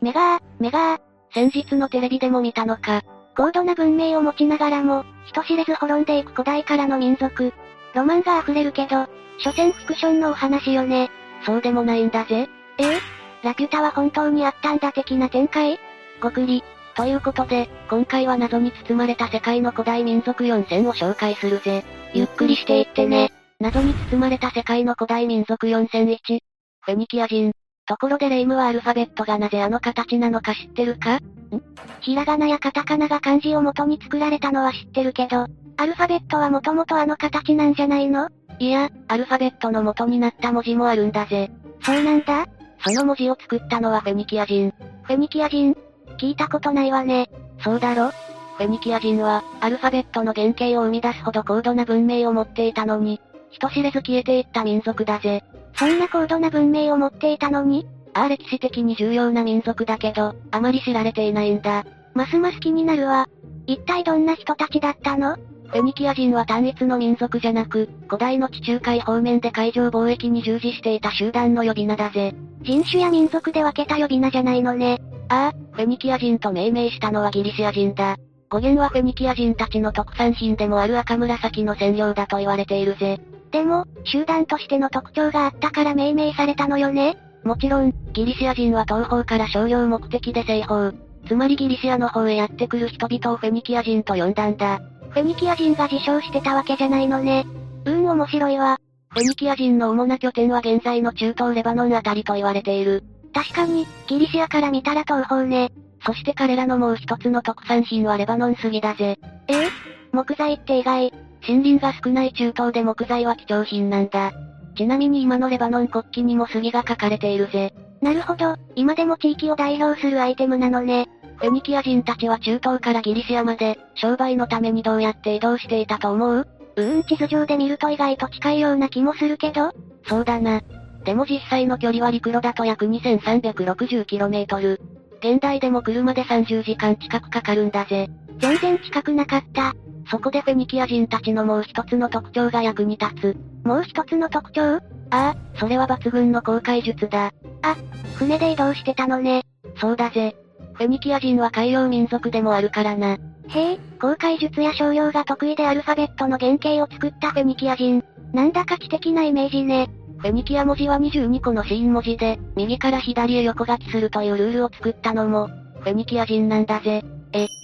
メガー、メガー。先日のテレビでも見たのか。高度な文明を持ちながらも、人知れず滅んでいく古代からの民族。ロマンが溢れるけど、所詮フィクションのお話よね。そうでもないんだぜ。ええラピュタは本当にあったんだ的な展開ごくり。ということで、今回は謎に包まれた世界の古代民族4選を紹介するぜ。ゆっくりしていってね。謎に包まれた世界の古代民族4001。フェニキア人。ところでレイムはアルファベットがなぜあの形なのか知ってるかひらがなやカタカナが漢字を元に作られたのは知ってるけど、アルファベットはもともとあの形なんじゃないのいや、アルファベットの元になった文字もあるんだぜ。そうなんだその文字を作ったのはフェニキア人。フェニキア人聞いたことないわね。そうだろフェニキア人は、アルファベットの原型を生み出すほど高度な文明を持っていたのに、人知れず消えていった民族だぜ。そんな高度な文明を持っていたのにああ歴史的に重要な民族だけど、あまり知られていないんだ。ますます気になるわ。一体どんな人たちだったのフェニキア人は単一の民族じゃなく、古代の地中海方面で海上貿易に従事していた集団の呼び名だぜ。人種や民族で分けた呼び名じゃないのね。ああ、フェニキア人と命名したのはギリシア人だ。語源はフェニキア人たちの特産品でもある赤紫の染料だと言われているぜ。でも、集団としての特徴があったから命名されたのよね。もちろん、ギリシア人は東方から商業目的で西方、つまりギリシアの方へやってくる人々をフェニキア人と呼んだんだ。フェニキア人が自称してたわけじゃないのね。うん面白いわ。フェニキア人の主な拠点は現在の中東レバノンあたりと言われている。確かに、ギリシアから見たら東方ね。そして彼らのもう一つの特産品はレバノン杉だぜ。ええ木材って意外。森林が少ない中東で木材は貴重品なんだ。ちなみに今のレバノン国旗にも杉が書かれているぜ。なるほど、今でも地域を代表するアイテムなのね。フェニキア人たちは中東からギリシアまで、商売のためにどうやって移動していたと思ううーん地図上で見ると意外と近いような気もするけど、そうだな。でも実際の距離は陸路だと約 2360km。現代でも車で30時間近くかかるんだぜ。全然近くなかった。そこでフェニキア人たちのもう一つの特徴が役に立つ。もう一つの特徴ああ、それは抜群の航海術だ。船で移動してたのね。そうだぜ。フェニキア人は海洋民族でもあるからな。へえ、航海術や商用が得意でアルファベットの原型を作ったフェニキア人。なんだか知的なイメージね。フェニキア文字は22個のシーン文字で、右から左へ横書きするというルールを作ったのも、フェニキア人なんだぜ。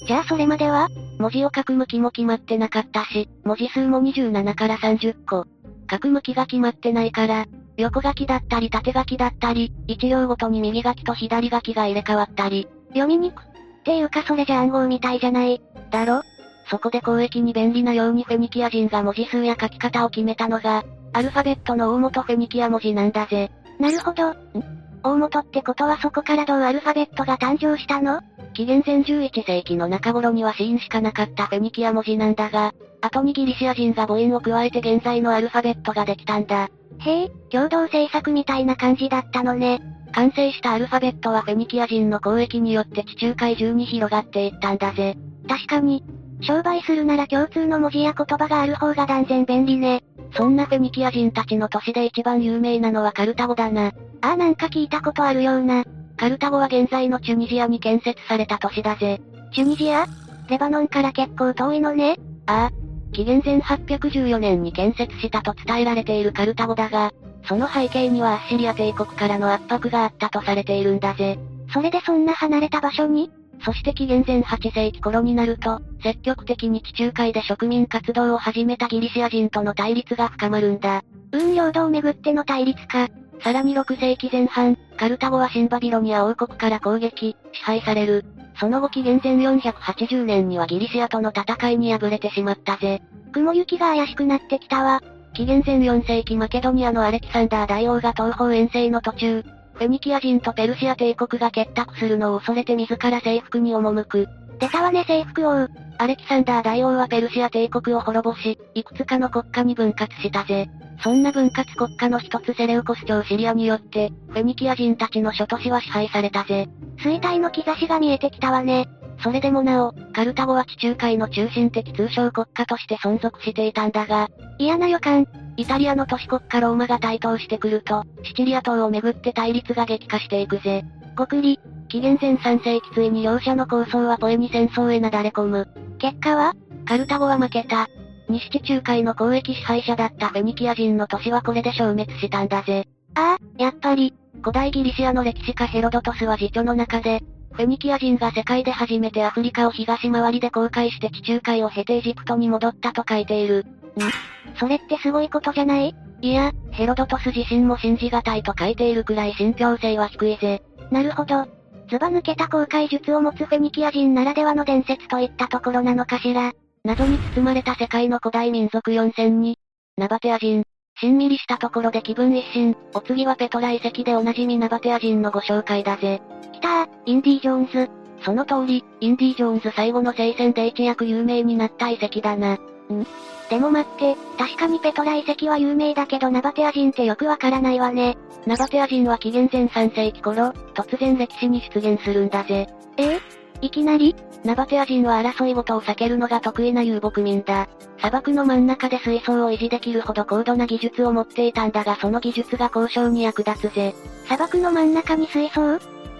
じゃあそれまでは文字を書く向きも決まってなかったし、文字数も27から30個。書く向きが決まってないから、横書きだったり縦書きだったり、一行ごとに右書きと左書きが入れ替わったり、読みにく。っていうかそれじゃ暗号みたいじゃない。だろそこで交易に便利なようにフェニキア人が文字数や書き方を決めたのが、アルファベットの大元フェニキア文字なんだぜ。なるほど。ん大元ってことはそこからどうアルファベットが誕生したの紀元前11世紀の中頃にはシーンしかなかったフェニキア文字なんだが、後にギリシア人が母音を加えて現在のアルファベットができたんだ。へえ、共同制作みたいな感じだったのね。完成したアルファベットはフェニキア人の交易によって地中海中に広がっていったんだぜ。確かに。商売するなら共通の文字や言葉がある方が断然便利ね。そんなフェニキア人たちの都市で一番有名なのはカルタゴだな。あーなんか聞いたことあるような。カルタゴは現在のチュニジアに建設された都市だぜ。チュニジアレバノンから結構遠いのね。ああ、紀元前814年に建設したと伝えられているカルタゴだが、その背景にはアッシリア帝国からの圧迫があったとされているんだぜ。それでそんな離れた場所にそして紀元前8世紀頃になると、積極的に地中海で植民活動を始めたギリシア人との対立が深まるんだ。運領土をめぐっての対立か。さらに6世紀前半、カルタゴは新バビロニア王国から攻撃、支配される。その後紀元前480年にはギリシアとの戦いに敗れてしまったぜ。雲行きが怪しくなってきたわ。紀元前4世紀マケドニアのアレキサンダー大王が東方遠征の途中、フェニキア人とペルシア帝国が結託するのを恐れて自ら征服に赴く。出たわね制服王。アレキサンダー大王はペルシア帝国を滅ぼし、いくつかの国家に分割したぜ。そんな分割国家の一つセレウコス朝シリアによって、フェニキア人たちの諸都市は支配されたぜ。衰退の兆しが見えてきたわね。それでもなお、カルタゴは地中海の中心的通商国家として存続していたんだが、嫌な予感。イタリアの都市国家ローマが台頭してくると、シチリア島をめぐって対立が激化していくぜ。ごくり。紀元前3世紀ついに両者の構想はポエに戦争へなだれ込む。結果はカルタゴは負けた。西地中海の交易支配者だったフェニキア人の都市はこれで消滅したんだぜ。ああ、やっぱり、古代ギリシアの歴史家ヘロドトスは辞書の中で、フェニキア人が世界で初めてアフリカを東回りで航海して地中海を経てエジプトに戻ったと書いている。それってすごいことじゃないいや、ヘロドトス自身も信じがたいと書いているくらい信憑性は低いぜ。なるほど。ズバ抜けた航海術を持つフェニキア人ならではの伝説といったところなのかしら。謎に包まれた世界の古代民族4選に、ナバテア人、しんみりしたところで気分一新、お次はペトラ遺跡でおなじみナバテア人のご紹介だぜ。来たー、インディ・ジョーンズ。その通り、インディ・ジョーンズ最後の聖戦で一躍有名になった遺跡だな。でも待って、確かにペトラ遺跡は有名だけどナバテア人ってよくわからないわね。ナバテア人は紀元前3世紀頃、突然歴史に出現するんだぜ。えーいきなりナバテア人は争い事を避けるのが得意な遊牧民だ。砂漠の真ん中で水槽を維持できるほど高度な技術を持っていたんだがその技術が交渉に役立つぜ。砂漠の真ん中に水槽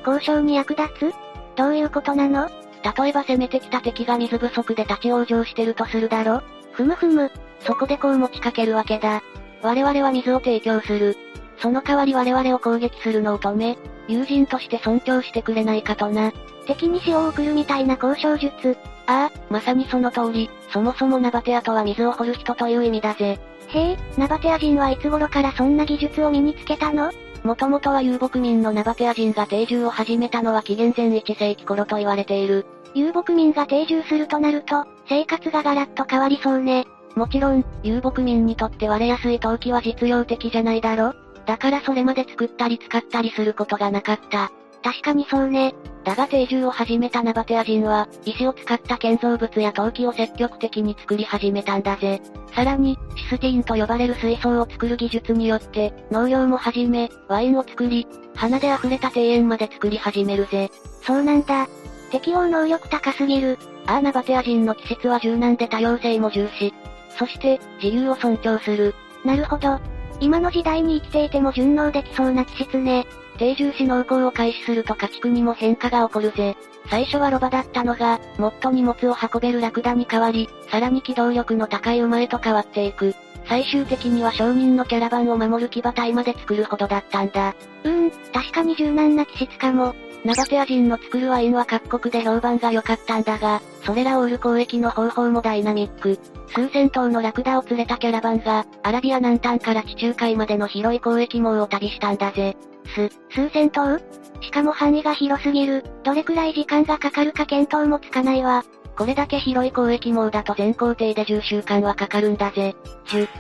交渉に役立つどういうことなの例えば攻めてきた敵が水不足で立ち往生してるとするだろふむふむ、そこでこう持ちかけるわけだ。我々は水を提供する。その代わり我々を攻撃するのを止め、友人として尊重してくれないかとな。敵に塩を送るみたいな交渉術。ああ、まさにその通り、そもそもナバテアとは水を掘る人という意味だぜ。へえ、ナバテア人はいつ頃からそんな技術を身につけたのもともとは遊牧民のナバテア人が定住を始めたのは紀元前1世紀頃と言われている。遊牧民が定住するとなると、生活がガラッと変わりそうね。もちろん、遊牧民にとって割れやすい陶器は実用的じゃないだろだからそれまで作ったり使ったりすることがなかった。確かにそうね。だが定住を始めたナバテア人は、石を使った建造物や陶器を積極的に作り始めたんだぜ。さらに、システィンと呼ばれる水槽を作る技術によって、農業も始め、ワインを作り、花で溢れた庭園まで作り始めるぜ。そうなんだ。適応能力高すぎる。アーナバテア人の気質は柔軟で多様性も重視。そして、自由を尊重する。なるほど。今の時代に生きていても順応できそうな気質ね。定住し農耕を開始すると家畜にも変化が起こるぜ。最初はロバだったのが、もっと荷物を運べるラクダに変わり、さらに機動力の高い馬へと変わっていく。最終的には商人のキャラバンを守る騎馬隊まで作るほどだったんだ。うーん、確かに柔軟な気質かも。ナバテア人の作るワインは各国で評判が良かったんだが、それらを売る交易の方法もダイナミック。数千頭のラクダを連れたキャラバンが、アラビア南端から地中海までの広い交易網を旅したんだぜ。す、数千頭しかも範囲が広すぎる。どれくらい時間がかかるか見当もつかないわ。これだけ広い交易網だと全行程で10週間はかかるんだぜ。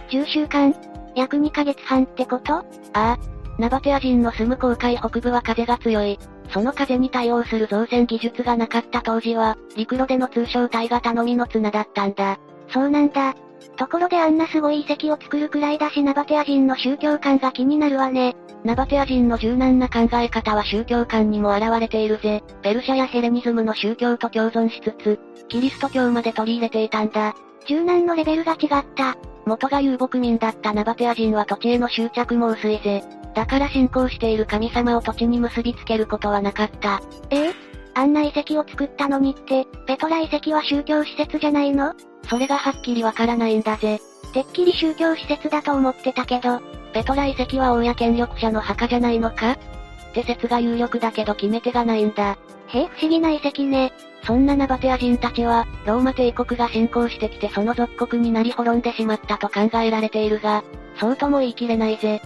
10週間約2ヶ月半ってことああ、ナバテア人の住む航海北部は風が強い。その風に対応する造船技術がなかった当時は、陸路での通商隊型のみの綱だったんだ。そうなんだ。ところであんなすごい遺跡を作るくらいだしナバテア人の宗教観が気になるわね。ナバテア人の柔軟な考え方は宗教観にも現れているぜ。ペルシャやヘレニズムの宗教と共存しつつ、キリスト教まで取り入れていたんだ。柔軟のレベルが違った。元が遊牧民だったナバテア人は土地への執着も薄いぜ。だから信仰している神様を土地に結びつけることはなかった。ええあんな遺跡を作ったのにって、ペトラ遺跡は宗教施設じゃないのそれがはっきりわからないんだぜ。てっきり宗教施設だと思ってたけど、ペトラ遺跡は王や権力者の墓じゃないのかって説が有力だけど決め手がないんだ。へえ不思議な遺跡ね。そんなナバテア人たちは、ローマ帝国が侵攻してきてその属国になり滅んでしまったと考えられているが、そうとも言い切れないぜ。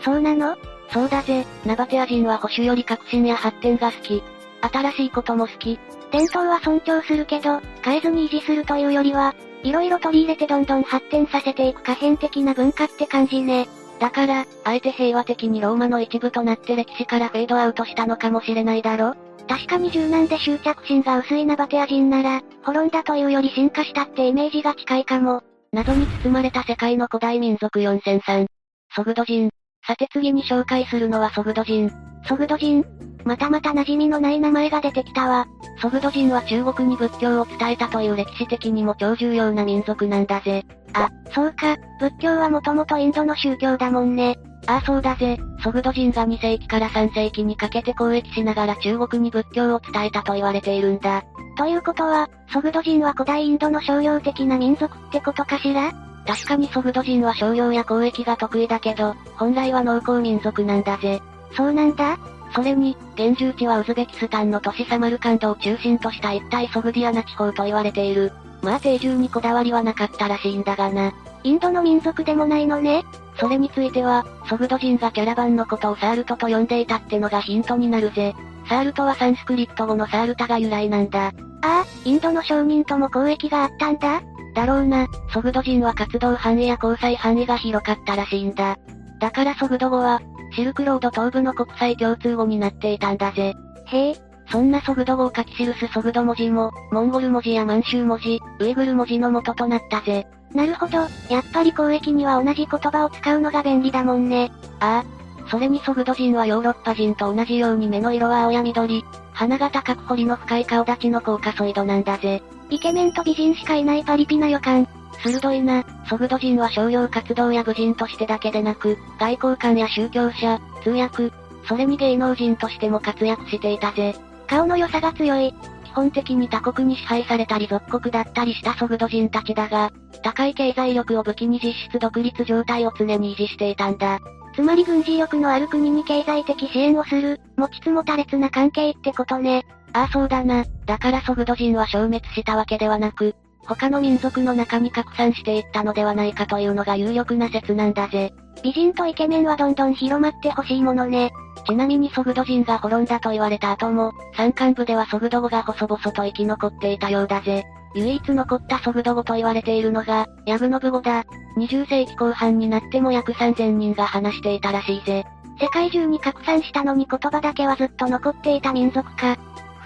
そうなのそうだぜ、ナバテア人は保守より革新や発展が好き。新しいことも好き。伝統は尊重するけど、変えずに維持するというよりは、いろいろ取り入れてどんどん発展させていく可変的な文化って感じね。だから、あえて平和的にローマの一部となって歴史からフェードアウトしたのかもしれないだろ確かに柔軟で執着心が薄いナバテア人なら、滅んだというより進化したってイメージが近いかも。謎に包まれた世界の古代民族4003。ソグド人。さて次に紹介するのはソグド人。ソグド人またまた馴染みのない名前が出てきたわ。ソグド人は中国に仏教を伝えたという歴史的にも超重要な民族なんだぜ。あ、そうか、仏教はもともとインドの宗教だもんね。ああそうだぜ、ソグド人が2世紀から3世紀にかけて交易しながら中国に仏教を伝えたと言われているんだ。ということは、ソグド人は古代インドの商業的な民族ってことかしら確かにソグド人は商業や交易が得意だけど、本来は農耕民族なんだぜ。そうなんだそれに、現住地はウズベキスタンの都市サマルカンドを中心とした一帯ソグディアナ地方と言われている。まあ定住にこだわりはなかったらしいんだがな。インドの民族でもないのねそれについては、ソグド人がキャラバンのことをサールトと呼んでいたってのがヒントになるぜ。サールトはサンスクリプト語のサールタが由来なんだ。ああ、インドの商人とも交易があったんだだろうな、ソグド人は活動範囲や交際範囲が広かったらしいんだ。だからソグド語は、シルクロード東部の国際共通語になっていたんだぜ。へえ、そんなソグド語を書き記すソグド文字も、モンゴル文字や満州文字、ウイグル文字の元となったぜ。なるほど、やっぱり交易には同じ言葉を使うのが便利だもんね。ああ。それにソグド人はヨーロッパ人と同じように目の色は青や緑、鼻が高く彫りの深い顔立ちの高カソイドなんだぜ。イケメンと美人しかいないパリピな予感。鋭いな、ソグド人は商業活動や武人としてだけでなく、外交官や宗教者、通訳、それに芸能人としても活躍していたぜ。顔の良さが強い。基本的に他国に支配されたり属国だったりしたソグド人たちだが、高い経済力を武器に実質独立状態を常に維持していたんだ。つまり軍事力のある国に経済的支援をする、持ちつ持たれつな関係ってことね。ああそうだな。だからソグド人は消滅したわけではなく、他の民族の中に拡散していったのではないかというのが有力な説なんだぜ。美人とイケメンはどんどん広まってほしいものね。ちなみにソグド人が滅んだと言われた後も、山間部ではソグド語が細々と生き残っていたようだぜ。唯一残ったソグド語と言われているのが、ヤグノブ語だ。20世紀後半になっても約3000人が話していたらしいぜ。世界中に拡散したのに言葉だけはずっと残っていた民族か。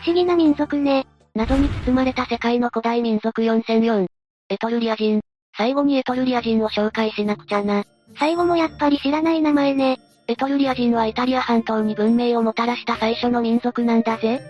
不思議な民族ね。謎に包まれた世界の古代民族4004。エトルリア人。最後にエトルリア人を紹介しなくちゃな。最後もやっぱり知らない名前ね。エトルリア人はイタリア半島に文明をもたらした最初の民族なんだぜ。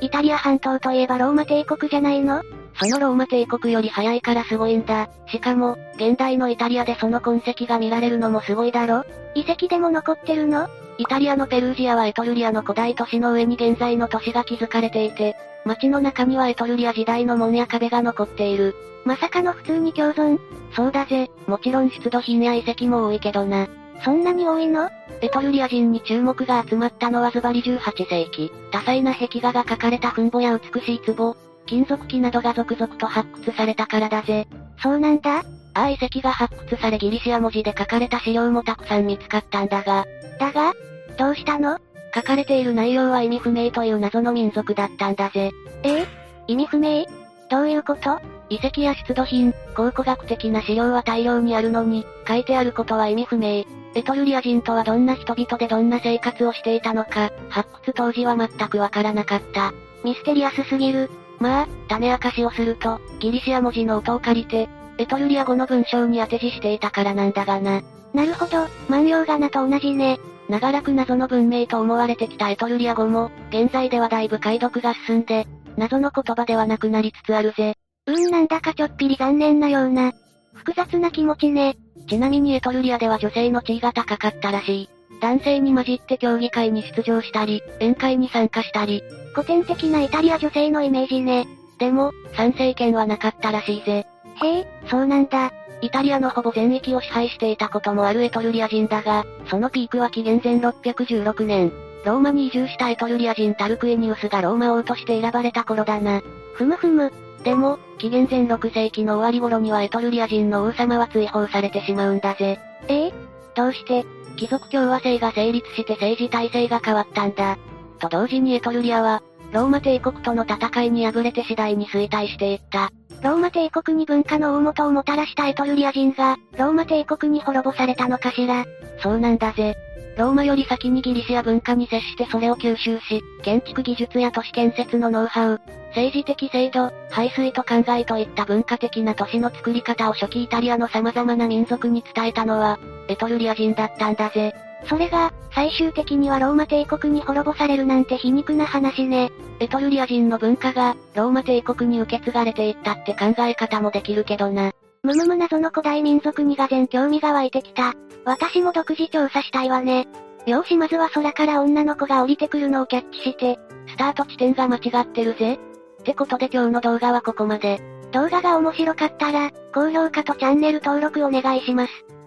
イタリア半島といえばローマ帝国じゃないのそのローマ帝国より早いからすごいんだ。しかも、現代のイタリアでその痕跡が見られるのもすごいだろ遺跡でも残ってるのイタリアのペルージアはエトルリアの古代都市の上に現在の都市が築かれていて、街の中にはエトルリア時代の門や壁が残っている。まさかの普通に共存そうだぜ、もちろん出土品や遺跡も多いけどな。そんなに多いのエトルリア人に注目が集まったのはズバリ18世紀。多彩な壁画が描かれた墳墓や美しい壺、金属器などが続々と発掘されたからだぜ。そうなんだああ遺跡が発掘されギリシア文字で書かれた資料もたくさん見つかったんだが、だがどうしたの書かれている内容は意味不明という謎の民族だったんだぜ。ええ意味不明どういうこと遺跡や出土品、考古学的な資料は大量にあるのに、書いてあることは意味不明。エトルリア人とはどんな人々でどんな生活をしていたのか、発掘当時は全くわからなかった。ミステリアスすぎる。まあ、種明かしをすると、ギリシア文字の音を借りて、エトルリア語の文章に当て字していたからなんだがな。なるほど、万葉仮名と同じね。長らく謎の文明と思われてきたエトルリア語も、現在ではだいぶ解読が進んで、謎の言葉ではなくなりつつあるぜ。うーんなんだかちょっぴり残念なような。複雑な気持ちね。ちなみにエトルリアでは女性の地位が高かったらしい。男性に混じって競技会に出場したり、宴会に参加したり。古典的なイタリア女性のイメージね。でも、参政権はなかったらしいぜ。へえ、そうなんだ。イタリアのほぼ全域を支配していたこともあるエトルリア人だが、そのピークは紀元前616年。ローマに移住したエトルリア人タルクエニウスがローマ王として選ばれた頃だな。ふむふむ。でも、紀元前6世紀の終わり頃にはエトルリア人の王様は追放されてしまうんだぜ。ええどうして貴族共和制が成立して政治体制が変わったんだ。と同時にエトルリアは、ローマ帝国との戦いに敗れて次第に衰退していった。ローマ帝国に文化の大元をもたらしたエトルリア人が、ローマ帝国に滅ぼされたのかしら。そうなんだぜ。ローマより先にギリシア文化に接してそれを吸収し、建築技術や都市建設のノウハウ、政治的制度、排水と考えといった文化的な都市の作り方を初期イタリアの様々な民族に伝えたのは、エトルリア人だったんだぜ。それが、最終的にはローマ帝国に滅ぼされるなんて皮肉な話ね。エトルリア人の文化が、ローマ帝国に受け継がれていったって考え方もできるけどな。むむむ謎の古代民族にが全興味が湧いてきた。私も独自調査したいわね。よしまずは空から女の子が降りてくるのをキャッチして、スタート地点が間違ってるぜ。ってことで今日の動画はここまで。動画が面白かったら、高評価とチャンネル登録お願いします。